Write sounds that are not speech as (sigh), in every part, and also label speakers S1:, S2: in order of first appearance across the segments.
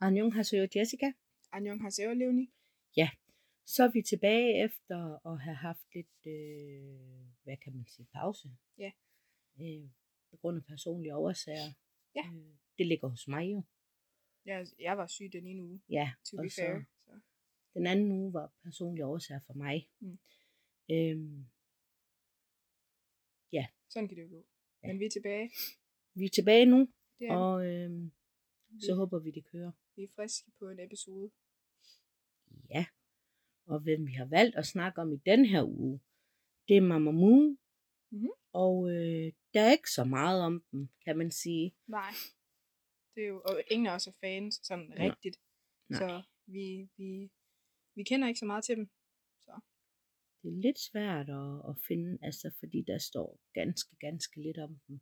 S1: Annyeonghaseyo Jessica.
S2: Annyeonghaseyo, Levni.
S1: Så er vi tilbage efter at have haft lidt, øh, hvad kan man sige, pause.
S2: Ja.
S1: Øh, på grund af personlige årsager.
S2: Ja.
S1: Øh, det ligger hos mig jo.
S2: Jeg, jeg var syg den ene uge,
S1: Ja,
S2: to be
S1: Og så-
S2: fair. Så.
S1: Den anden uge var personlige årsager for mig.
S2: Mm.
S1: Øhm,
S2: Sådan kan det jo gå.
S1: Ja.
S2: Men vi er tilbage.
S1: vi er tilbage nu,
S2: Det
S1: ja.
S2: er,
S1: og øhm,
S2: vi,
S1: så håber vi, det kører.
S2: vi er friske på en episode.
S1: Ja. Og hvem vi har valgt at snakke om i den her uge, det er Mama Moo.
S2: Mhm.
S1: Og øh, der er ikke så meget om dem, kan man sige.
S2: Nej. Det er jo, og ingen af os er fans, sådan
S1: Nej.
S2: rigtigt.
S1: Nej.
S2: Så vi, vi, vi kender ikke så meget til dem.
S1: Det er lidt svært at, at finde, altså, fordi der står ganske, ganske lidt om dem.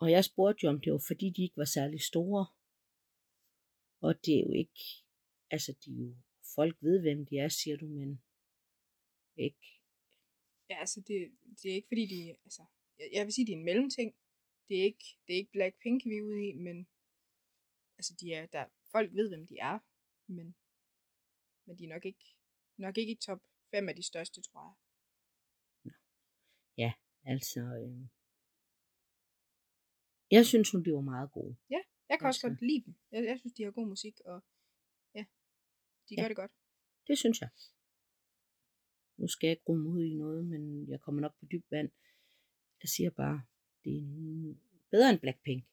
S1: Og jeg spurgte jo, om det var fordi, de ikke var særlig store. Og det er jo ikke, altså de er jo, folk ved, hvem de er, siger du, men ikke.
S2: Ja, altså det, det er ikke fordi, de, altså, jeg, jeg vil sige, de er en mellemting. Det er ikke, det er ikke Blackpink, vi er ude i, men altså, de er, der, folk ved, hvem de er, men, men de er nok ikke, nok ikke i top 5 af de største, tror jeg.
S1: Altså, øh, jeg synes hun, de var meget gode.
S2: Jeg kan også
S1: Altså.
S2: godt lide dem. Jeg, jeg synes, de har god musik, og ja, de
S1: Ja.
S2: gør det godt.
S1: Det synes jeg. Nu skal jeg ikke rumme ud i noget, men jeg kommer nok på dyb vand. Jeg siger bare, det er en- bedre end Blackpink.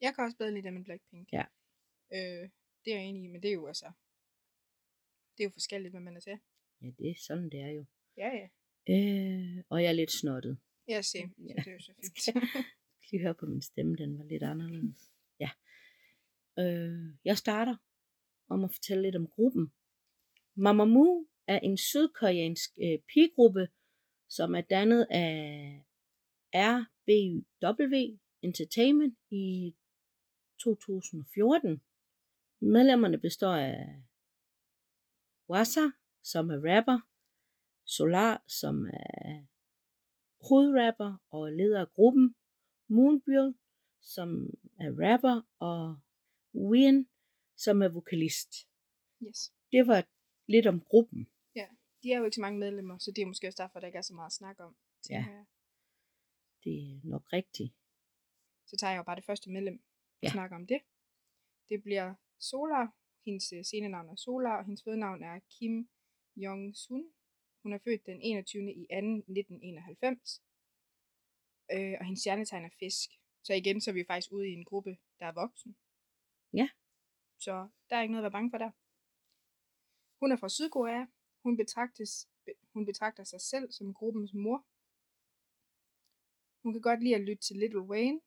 S2: Jeg kan også bedre lide dem end Blackpink.
S1: Ja.
S2: Øh, det er jeg enig i, men det er jo altså, det er jo forskelligt, hvad man er til.
S1: Ja, det er sådan, det er jo.
S2: Ja, ja.
S1: Øh, og jeg er lidt snottet.
S2: Ja, same.
S1: Ja.
S2: Ja. Det er jo så fint. (laughs)
S1: Lige høre på min stemme, den var lidt anderledes. Ja. Øh, jeg starter om at fortælle lidt om gruppen. Mamamoo er en sydkoreansk øh, pigegruppe, som er dannet af RBW Entertainment i 2014. Medlemmerne består af Wasa, som er rapper, Solar, som er hovedrapper og leder af gruppen, Moonbyul, som er rapper, og Wien, som er vokalist.
S2: yes.
S1: Det var lidt om gruppen.
S2: de er jo ikke så mange medlemmer, så det er måske også derfor, der ikke er så meget at snakke om. tænker jeg.
S1: Det er nok rigtigt.
S2: Så tager jeg jo bare det første medlem og
S1: Ja.
S2: ja. snakker om det. Det bliver Solar. Hendes øh, scenenavn er Solar, og hendes fødenavn er Kim Jong-sun. Hun er født den 21. i 2. 1991. Øh, og hendes stjernetegn er fisk. Så igen, så er vi faktisk ude i en gruppe, der er voksen.
S1: Ja.
S2: Så der er ikke noget at være bange for der. Hun er fra Sydkorea. Hun, betragtes, be- hun betragter sig selv som gruppens mor. Hun kan godt lide at lytte til Little Wayne.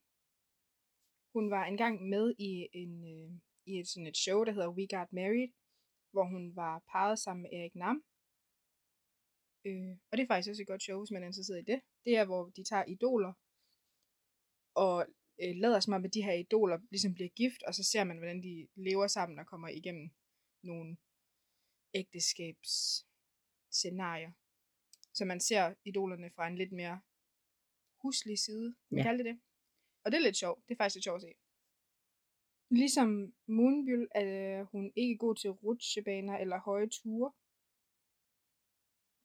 S2: Hun var engang med i, en, øh, i et, sådan et show, der hedder We Got Married, hvor hun var parret sammen med Erik Nam. Øh, og det er faktisk også et godt show, hvis man er interesseret i det. Det er, hvor de tager idoler og øh, lader som om, at de her idoler ligesom bliver gift, og så ser man, hvordan de lever sammen og kommer igennem nogle ægteskabsscenarier. Så man ser idolerne fra en lidt mere huslig side, kan man
S1: Ja.
S2: ja. kalde det det. Og det er lidt sjovt. Det er faktisk lidt sjovt at se. Ligesom Moonbyul er øh, hun ikke god til rutsjebaner eller høje ture.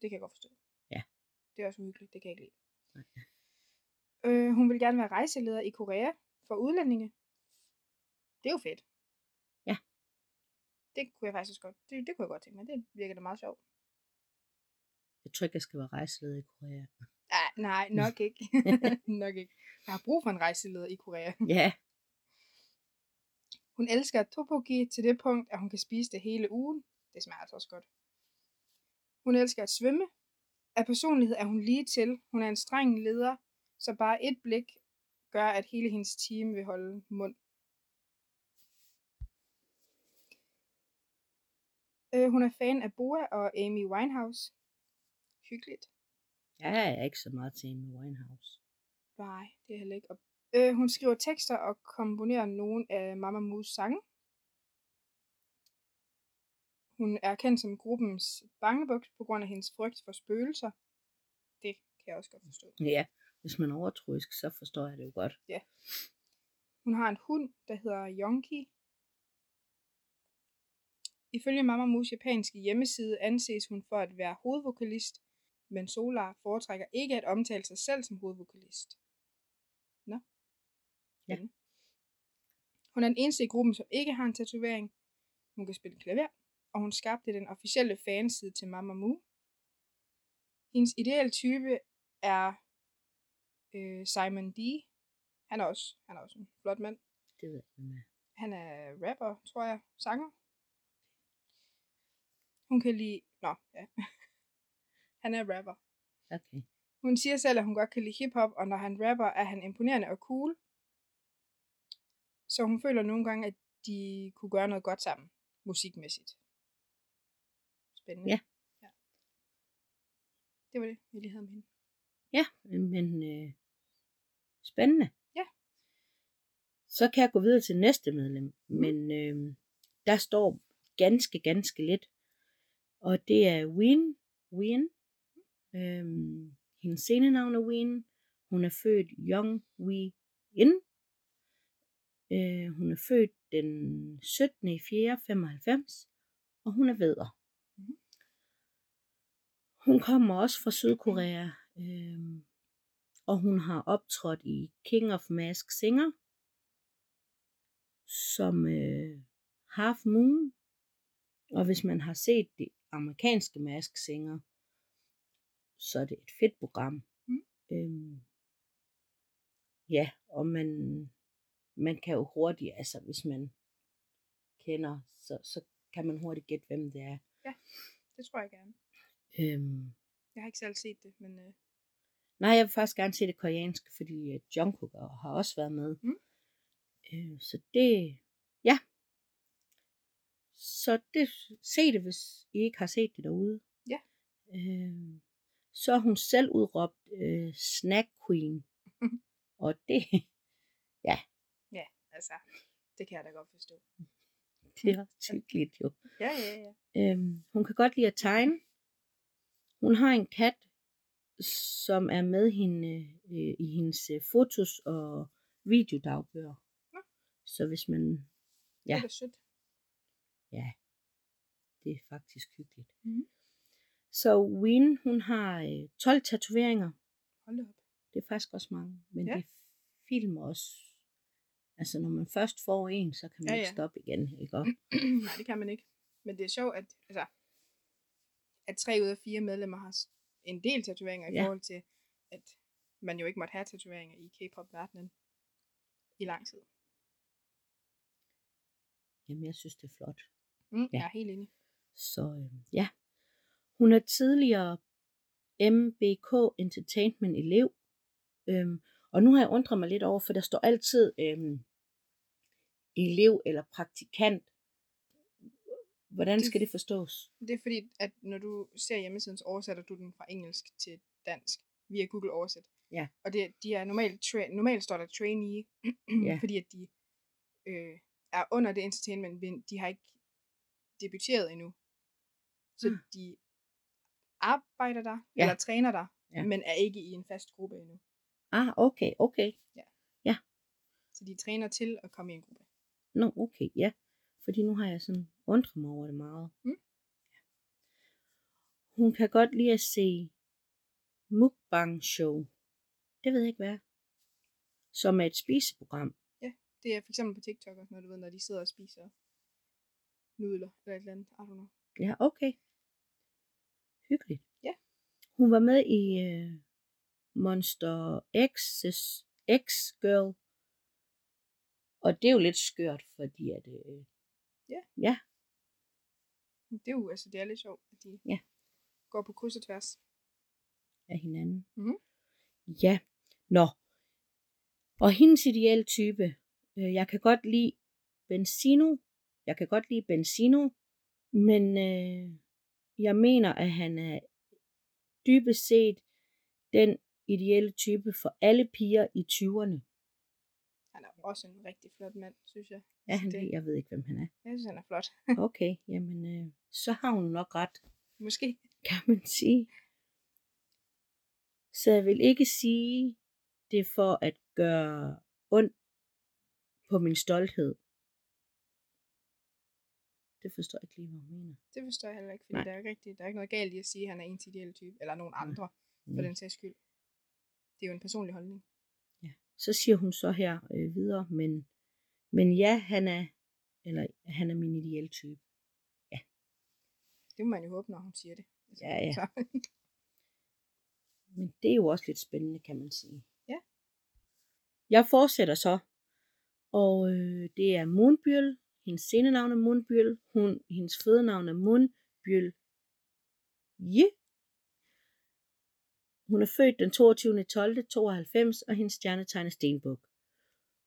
S2: Det kan jeg godt forstå.
S1: Ja.
S2: Det er også uhyggeligt. Det kan jeg ikke lide.
S1: Nej.
S2: Øh, hun vil gerne være rejseleder i Korea for udlændinge. Det er jo fedt.
S1: Ja.
S2: Det kunne jeg faktisk også godt. Det, det kunne jeg godt tænke mig. Det virker da meget sjovt.
S1: Jeg tror ikke, jeg skal være rejseleder i Korea.
S2: Ah, nej, nok ikke. (laughs) nok ikke. Jeg har brug for en rejseleder i Korea.
S1: (laughs) Ja,
S2: Hun elsker tteokbokki til det punkt, at hun kan spise det hele ugen. Det smager altså også godt. Hun elsker at svømme. Af personlighed er hun lige til. Hun er en streng leder, så bare et blik gør, at hele hendes team vil holde mund. Øh, hun er fan af Boa og Amy Winehouse. Hyggeligt.
S1: jeg er ikke så meget til Amy Winehouse.
S2: Nej, det er heller ikke op. Øh, hun skriver tekster og komponerer nogle af Mamamoos sange. Hun er kendt som gruppens bangebuk på grund af hendes frygt for spøgelser. Det kan jeg også godt forstå.
S1: Ja, hvis man er overtroisk, så forstår jeg det jo godt.
S2: Hun har en hund, der hedder Yonki. Ifølge Mamamus japanske hjemmeside anses hun for at være hovedvokalist, men Solar foretrækker ikke at omtale sig selv som hovedvokalist. Nå?
S1: Ja.
S2: Spændende. Hun er den eneste i gruppen, som ikke har en tatovering. Hun kan spille klaver, og hun skabte den officielle fanside til Mamamoo. Hendes ideelle type er øh, Simon D. Han er, også, han er også en flot mand.
S1: Det ved jeg ikke med.
S2: Han er rapper, tror jeg. Sanger. Hun kan lide... Nå, ja. (laughs) Han er rapper.
S1: Okay.
S2: Hun siger selv, at hun godt kan lide hiphop, og når han rapper, er han imponerende og cool. Så hun føler nogle gange, at de kunne gøre noget godt sammen, musikmæssigt. Spændende.
S1: Ja.
S2: ja. Det var det, vi lige havde med hende.
S1: Ja, men øh, spændende.
S2: Ja.
S1: Så kan jeg gå videre til næste medlem, men øh, der står ganske, ganske lidt. Og det er Wien. Wien. Øh, hendes scenenavn er Wien. Hun er født Young Wee In. Øh, hun er født den 17. i 4. 95, og hun er vædder.
S2: Mhm.
S1: Hun kommer også fra Sydkorea, øh, og hun har optrådt i King of Mask Singer, som øh, Half Moon. Og hvis man har set det amerikanske Mask Singer, så er det et fedt program.
S2: Mm.
S1: Øhm, ja, og man, man kan jo hurtigt, altså hvis man kender, så, så kan man hurtigt gætte, hvem det er.
S2: Det tror jeg gerne.
S1: Øhm,
S2: Jeg har ikke selv set det, men øh,
S1: Nej, jeg vil faktisk gerne se det koreanske, fordi øh, Jungkook og- har også været med.
S2: Mm.
S1: Øh, så det, ja. Så det, se det, hvis I ikke har set det derude.
S2: Ja.
S1: Øh, så er hun selv udråbt øh, Snack
S2: (laughs)
S1: Queen. og det,
S2: altså, det kan jeg da godt forstå.
S1: det er også hyggeligt jo.
S2: Ja, ja, ja.
S1: Øhm, hun kan godt lide at tegne. Hun har en kat, som er med hende øh, i hendes øh, fotos og videodagbøger.
S2: Nå.
S1: Så hvis man...
S2: Det
S1: Ja.
S2: er da sødt.
S1: Det er faktisk hyggeligt.
S2: Mhm.
S1: Så Wien, hun har øh, 12 tatoveringer.
S2: Hold da op.
S1: Det er faktisk også mange. Men
S2: Ja.
S1: ja. det filmer også... Altså, når man først får en, så kan man
S2: Ja,
S1: ja, ja. ikke
S2: ja.
S1: stoppe igen, ikke? Og,
S2: Nej, det kan man ikke. Men det er sjovt, at, altså, at tre ud af fire medlemmer har s- en del tatoveringer i
S1: Ja.
S2: forhold til, at man jo ikke måtte have tatoveringer i K-pop-verdenen i lang tid.
S1: jamen, jeg synes, det er flot.
S2: Mm,
S1: Ja.
S2: Jeg er helt enig.
S1: Så øh, ja, hun er tidligere MBK Entertainment elev. Øhm, og nu har jeg undret mig lidt over, for der står altid øhm, elev eller praktikant. Hvordan
S2: Det-
S1: skal det forstås?
S2: Det er fordi, at når du ser hjemmesiden, så oversætter du den fra engelsk til dansk via Google Oversæt.
S1: Ja.
S2: Og det, de er normalt, tra- normalt står der trainee,
S1: Ja.
S2: (clears throat) fordi at de øh, er under det entertainment, men de har ikke debuteret endnu. Så
S1: Ah.
S2: de arbejder der,
S1: Ja.
S2: eller træner der,
S1: Ja.
S2: men er ikke i en fast gruppe endnu.
S1: Ah, okay, okay.
S2: Så de træner til at komme i en gruppe.
S1: Nå, okay, ja. Fordi nu har jeg sådan undret mig over det meget.
S2: Mm.
S1: Hun kan godt lide at se mukbang show. Det ved jeg ikke hvad. er. Som er et spiseprogram.
S2: Det er for eksempel på TikTok, også, når du ved, når de sidder og spiser nudler eller et eller andet. I don't know.
S1: Ja, okay. Hyggeligt.
S2: Ja.
S1: Hun var med i øh, Monster X's X-Girl. Og det er jo lidt skørt, fordi at... Øh,
S2: Men Det er jo, altså, det er lidt sjovt, at de
S1: Ja.
S2: går på kryds og tværs.
S1: af hinanden.
S2: Mhm.
S1: Ja, nå. Og hendes ideelle type, øh, jeg kan godt lide Benzino, jeg kan godt lide Benzino, men øh, jeg mener, at han er dybest set den ideelle type for alle piger i 20'erne.
S2: Han er også en rigtig flot mand, synes jeg. Altså,
S1: Ja, han
S2: det,
S1: det. Jeg ved ikke, hvem han er.
S2: jeg synes, han er flot.
S1: Okay, jamen, øh, så har hun nok ret,
S2: Måske.
S1: kan man sige. Så jeg vil ikke sige det er for at gøre ondt på min stolthed. Det forstår jeg ikke lige, hvad hun mener.
S2: Det forstår jeg heller ikke,
S1: Nej. Mm.
S2: fordi der er, ikke rigtig, der er ikke noget galt i at sige, at han er en til ideelle type, eller nogen
S1: Nej.
S2: andre, for den sags skyld. Det er jo en personlig holdning.
S1: Ja. Så siger hun så her øh, videre, men, men ja, han er, eller han er min ideelle type.
S2: Det må man jo håbe, når hun siger det. Altså,
S1: Ja, ja.
S2: Så, (laughs)
S1: Men det er jo også lidt spændende, kan man sige.
S2: Ja.
S1: Jeg fortsætter så, og øh, det er Moonbyl. Hendes scenenavn er Moonbyl. Hun, hendes fødenavn er Moonbyl. Je. Hun er født den 22. 12. 92, og hendes stjernetegn er Stenbuk.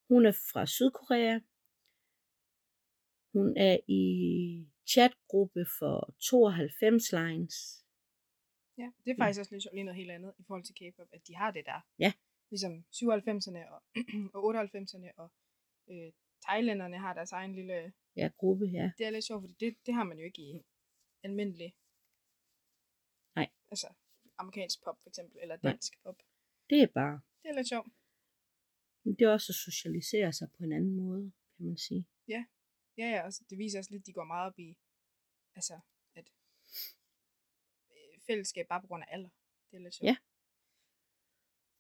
S1: Hun er fra Sydkorea. Hun er i chatgruppe for 92 lines.
S2: ja. Det er faktisk også lige, lige noget helt andet i forhold til K-pop, at de har det der.
S1: Ja.
S2: Ligesom 97'erne og, (clears throat) og 98'erne og øh, thailænderne har deres egen lille...
S1: Ja, gruppe, ja.
S2: Det er lidt sjovt, fordi det, det har man jo ikke i almindelig...
S1: Nej.
S2: Altså amerikansk pop for eksempel, eller
S1: Nej.
S2: dansk pop.
S1: Det er bare
S2: Det er lidt sjovt.
S1: Men det er også at socialisere sig på en anden måde, kan man sige.
S2: Ja, ja, og så- det viser også lidt, at de går meget op i, altså, at øh, fællesskab bare på grund af alder. Det er lidt sjovt.
S1: Ja.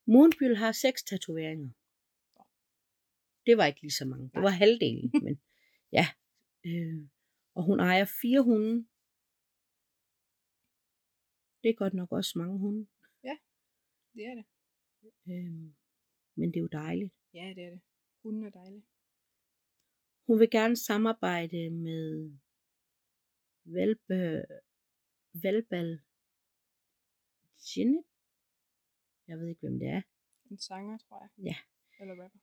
S1: Moonbyl har seks tatoveringer. Det var ikke lige så mange. Det var halvdelen, men ja. Øh, og hun ejer fire hunde. Det er godt nok også mange hunde.
S2: Det er det.
S1: Øh, men det er jo dejligt.
S2: Ja, det er det. Hunden er dejlig.
S1: Hun vil gerne samarbejde med Valbe, Valbal Ginnet. Jeg ved ikke, hvem det er.
S2: En sanger, tror jeg.
S1: Ja.
S2: Eller rapper.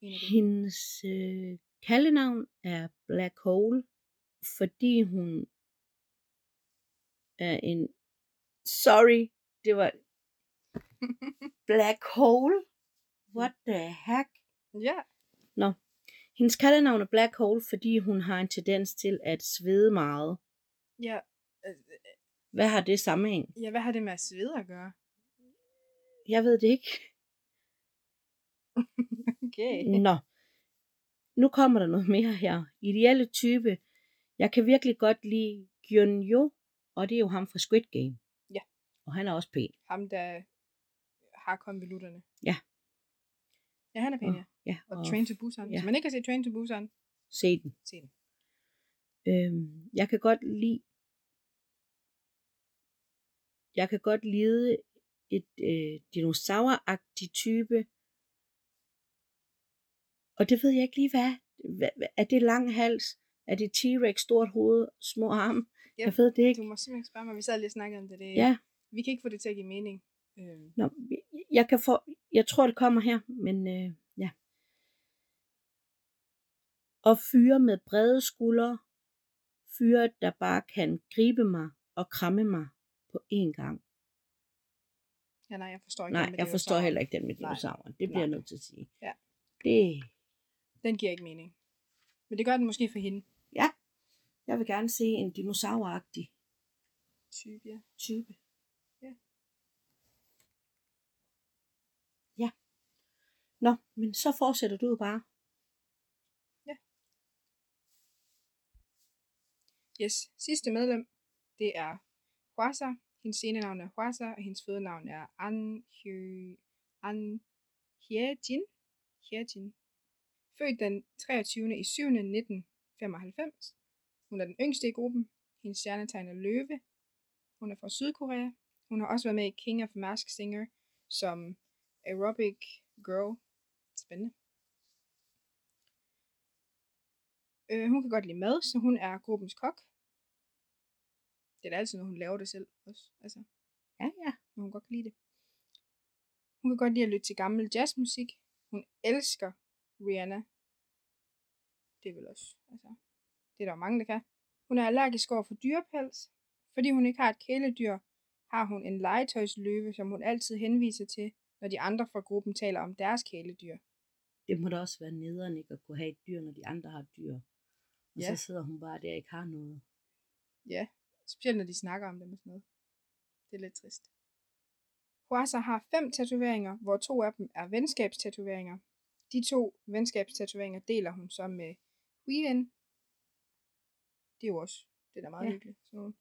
S2: En af dem.
S1: Hendes øh, kaldenavn er Black Hole, fordi hun er en... Sorry, det var... Black Hole? What the heck?
S2: Ja,
S1: Nå. Hendes kaldenavn er Black Hole, fordi hun har en tendens til at svede meget.
S2: ja. øh, øh,
S1: Hvad har det sammenhæng?
S2: Ja, hvad har det med at svede at gøre?
S1: Jeg ved det ikke.
S2: Okay.
S1: (laughs) Nå, nu kommer der noget mere her. Ideelle type. Jeg kan virkelig godt lide Gyunjo, og det er jo ham fra Squid Game.
S2: Ja.
S1: Og han er også pæn.
S2: Ham, der har konvolutterne.
S1: Ja.
S2: Ja, han er pæn, ja.
S1: ja,
S2: Og Train to Busan.
S1: ja.
S2: Hvis man ikke har set Train to Busan,
S1: se den.
S2: se den.
S1: Øhm, jeg kan godt lide... Jeg kan godt lide et øh, dinosauragtigt type. Og det ved jeg ikke lige, hvad er. Hva- hva- Er det lang hals? Er det T-Rex, stort hoved, små arme?
S2: Ja,
S1: jeg ved det ikke.
S2: Du må simpelthen ikke spørge mig. Vi sad lige og snakkede om det. det
S1: Ja.
S2: Vi kan ikke få det til at give mening. Øhm,
S1: Nå, jeg, kan få, jeg tror, det kommer her, men øh, ja. Og fyre med brede skuldre. Fyre, der bare kan gribe mig og kramme mig på én gang.
S2: Ja, nej, jeg forstår ikke.
S1: Nej,
S2: den med
S1: jeg forstår
S2: dinosaurer.
S1: heller ikke den med
S2: Nej.
S1: dinosauren. Det bliver jeg
S2: Nej.
S1: nødt til at sige.
S2: Ja.
S1: Det,
S2: Den giver ikke mening. Men det gør den måske for hende.
S1: ja, jeg vil gerne se en dinosauragtig
S2: Type, ja.
S1: type.
S2: Ja.
S1: Ja. Nå, men så fortsætter du jo bare.
S2: Yes. Sidste medlem, det er Hwasa. Hendes scenenavn er Hwasa, og hendes fødenavn er An, Hye, An Hyejin. Hyejin. Født den 23. i 7. 1995. Hun er den yngste i gruppen. Hendes stjernetegn er løve. Hun er fra Sydkorea. Hun har også været med i King of Mask Singer som aerobic girl. Spændende. Øh, hun kan godt lide mad, så hun er gruppens kok. Det er da altid, når hun laver det selv også. Altså,
S1: Ja, ja.
S2: når hun godt kan lide det. Hun kan godt lide at lytte til gammel jazzmusik. Hun elsker Rihanna. Det er vel også. Altså, det er der jo mange, der kan. Hun er allergisk over for dyrepels. Fordi hun ikke har et kæledyr, har hun en legetøjsløve, som hun altid henviser til, når de andre fra gruppen taler om deres kæledyr.
S1: det må da også være nederen ikke at kunne have et dyr, når de andre har et dyr. Og ja.
S2: Ja.
S1: så sidder hun bare der og ikke har noget.
S2: Ja, specielt når de snakker om dem og sådan noget. Det er lidt trist. Huasa har fem tatoveringer, hvor to af dem er venskabstatoveringer. De to venskabstatoveringer deler hun så med Huyen. Det er jo også, det er da meget
S1: Ja.
S2: ja. hyggeligt. Sådan. nogle.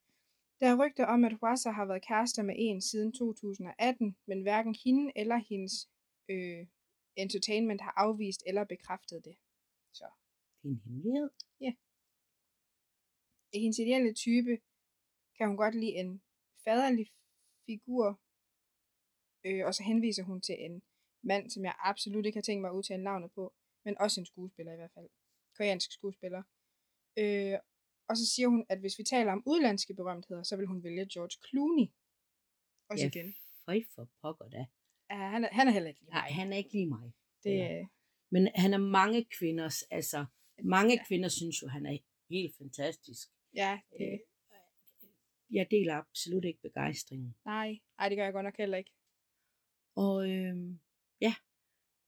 S2: Der er rygter om, at Huasa har været kærester med en siden 2018, men hverken hende eller hendes øh, entertainment har afvist eller bekræftet det.
S1: Det er en hemmelighed.
S2: I hendes ideelle type kan hun godt lide en faderlig figur, øh, og så henviser hun til en mand, som jeg absolut ikke har tænkt mig at udtale navnet på, men også en skuespiller i hvert fald. Koreansk skuespiller. Øh, og så siger hun, at hvis vi taler om udlandske berømtheder, så vil hun vælge George Clooney. Også
S1: Ja,
S2: ja. igen.
S1: Føj for pokker da.
S2: Ja, han, er, han er heller ikke lige
S1: Nej,
S2: mig.
S1: han er ikke lige mig.
S2: Det,
S1: eller-
S2: øh,
S1: Men han er mange kvinders, altså mange
S2: Ja.
S1: ja. kvinder synes jo, han er helt fantastisk.
S2: ja,
S1: Øh.
S2: det,
S1: Jeg deler absolut ikke begejstringen.
S2: nej, nej, det gør jeg godt nok heller ikke.
S1: Og øhm, ja,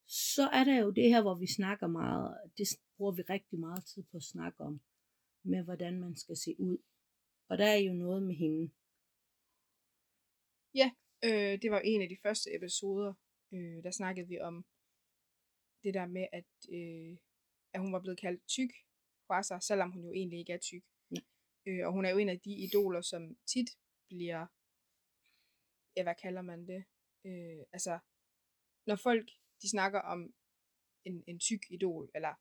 S1: så er der jo det her, hvor vi snakker meget, det s- bruger vi rigtig meget tid på at snakke om, med hvordan man skal se ud. Og der er jo noget med hende.
S2: Øh, det var jo en af de første episoder, øh, der snakkede vi om det der med, at, øh, at hun var blevet kaldt tyk fra sig, selvom hun jo egentlig ikke er tyk.
S1: Nej.
S2: Øh, og hun er jo en af de idoler, som tit bliver, ja, hvad kalder man det? Øh, altså, når folk de snakker om en, en tyk idol, eller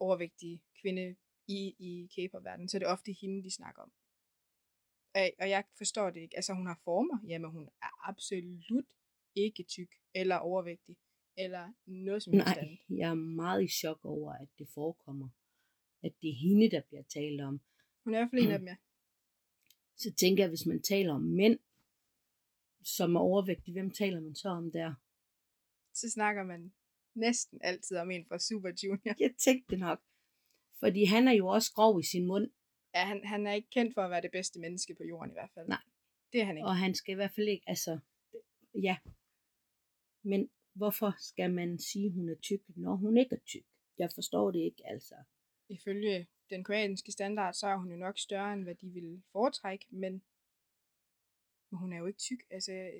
S2: overvægtig kvinde i, i K-pop-verdenen, så er det ofte hende, de snakker om. Og, og jeg forstår det ikke. Altså, hun har former. Jamen, hun er absolut ikke tyk, eller overvægtig, eller noget som helst
S1: Nej,
S2: andet.
S1: jeg er meget i chok over, at det forekommer. At det er hende, der bliver talt om.
S2: Hun er i hvert fald en af dem, ja.
S1: Så tænker jeg, hvis man taler om mænd, som er overvægtige, hvem taler man så om
S2: (laughs)
S1: der?
S2: Så snakker man næsten altid om en fra Super Junior.
S1: Jeg tænkte nok. Fordi han er jo også grov i sin mund,
S2: Ja, han, han er ikke kendt for at være det bedste menneske på jorden i hvert fald.
S1: Nej.
S2: Det er han ikke.
S1: og han skal i hvert fald ikke, altså, ja. Men hvorfor skal man sige, at hun er tyk, når hun ikke er tyk? Jeg forstår det ikke, altså.
S2: Ifølge den koreanske standard, så er hun jo nok større, end hvad de ville foretrække, men, men hun er jo ikke tyk. Altså,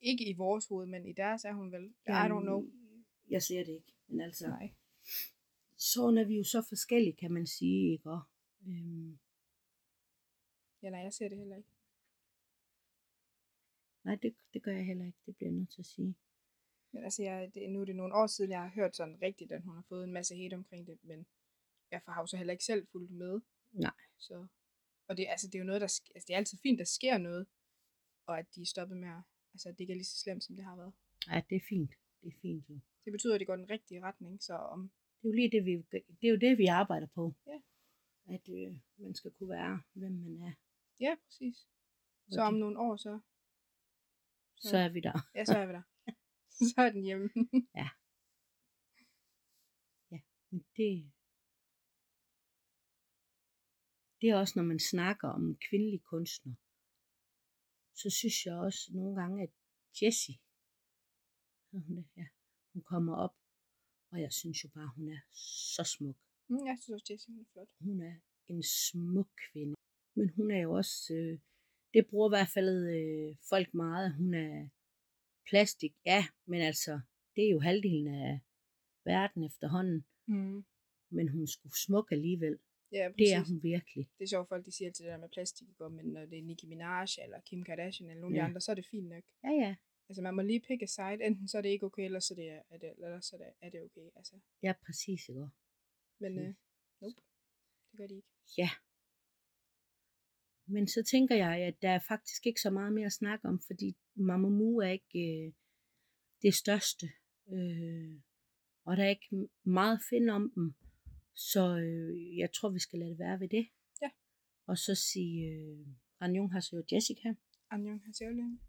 S2: ikke i vores hoved, men i deres er hun vel. I don't know.
S1: Øhm, Jeg ser det ikke, men altså.
S2: Nej.
S1: Sådan er vi jo så forskellige, kan man sige, ikke? Og, øhm,
S2: Ja, nej, jeg ser det heller ikke.
S1: nej, det, det gør jeg heller ikke, det bliver jeg nødt til at sige.
S2: Men altså, jeg, det, nu er det nogle år siden, jeg har hørt sådan rigtigt, at hun har fået en masse hate omkring det, men jeg har jo så heller ikke selv fulgt med.
S1: Nej.
S2: Så, og det, altså, det er jo noget, der, sk- altså, det er altid fint, der sker noget, og at de er stoppet med at, altså, at det ikke er lige så slemt, som det har været.
S1: Ja, det er fint. Det er fint, jo.
S2: Det betyder, at det går den rigtige retning, så om,
S1: Det er jo lige det, vi, det, er jo det, vi arbejder på.
S2: Ja.
S1: At øh, man skal kunne være, hvem man er.
S2: ja, præcis. Så
S1: Og
S2: om
S1: det-
S2: nogle år, så,
S1: Så er vi der.
S2: ja, så er vi der. (laughs) så er den hjemme.
S1: Men det, det er også, når man snakker om en kvindelig kunstner, så synes jeg også nogle gange, at Jessie, hedder hun, det? ja, hun kommer op, og jeg synes jo bare, hun er så smuk.
S2: Mm, jeg synes også, det er simpelthen flot.
S1: Hun er en smuk kvinde. Men hun er jo også, øh, det bruger i hvert fald øh, folk meget, hun er plastik, ja, men altså, det er jo halvdelen af verden efterhånden,
S2: Mm.
S1: men hun er sgu smuk alligevel.
S2: Ja,
S1: Det
S2: præcis.
S1: er hun virkelig.
S2: det er sjovt, folk de siger til det der med plastik, ikke? men når det er Nicki Minaj eller Kim Kardashian eller nogle af de
S1: Ja.
S2: andre, så er det fint nok.
S1: Ja, ja.
S2: Altså man må lige pick a side, enten så er det ikke okay, eller så er det, er det, eller så er det, er det okay. Altså.
S1: Ja, præcis. Ikke?
S2: Men
S1: Præcis.
S2: øh, nope, det gør de ikke.
S1: Ja. Men så tænker jeg, at der er faktisk ikke så meget mere at snakke om, fordi Mamamoo er ikke øh, det største. Øh, og der er ikke m- meget at finde om dem. Så øh, jeg tror, vi skal lade det være ved det.
S2: Ja.
S1: Og så sige, øh, Ranjong har så jo Jessica.
S2: Anjong har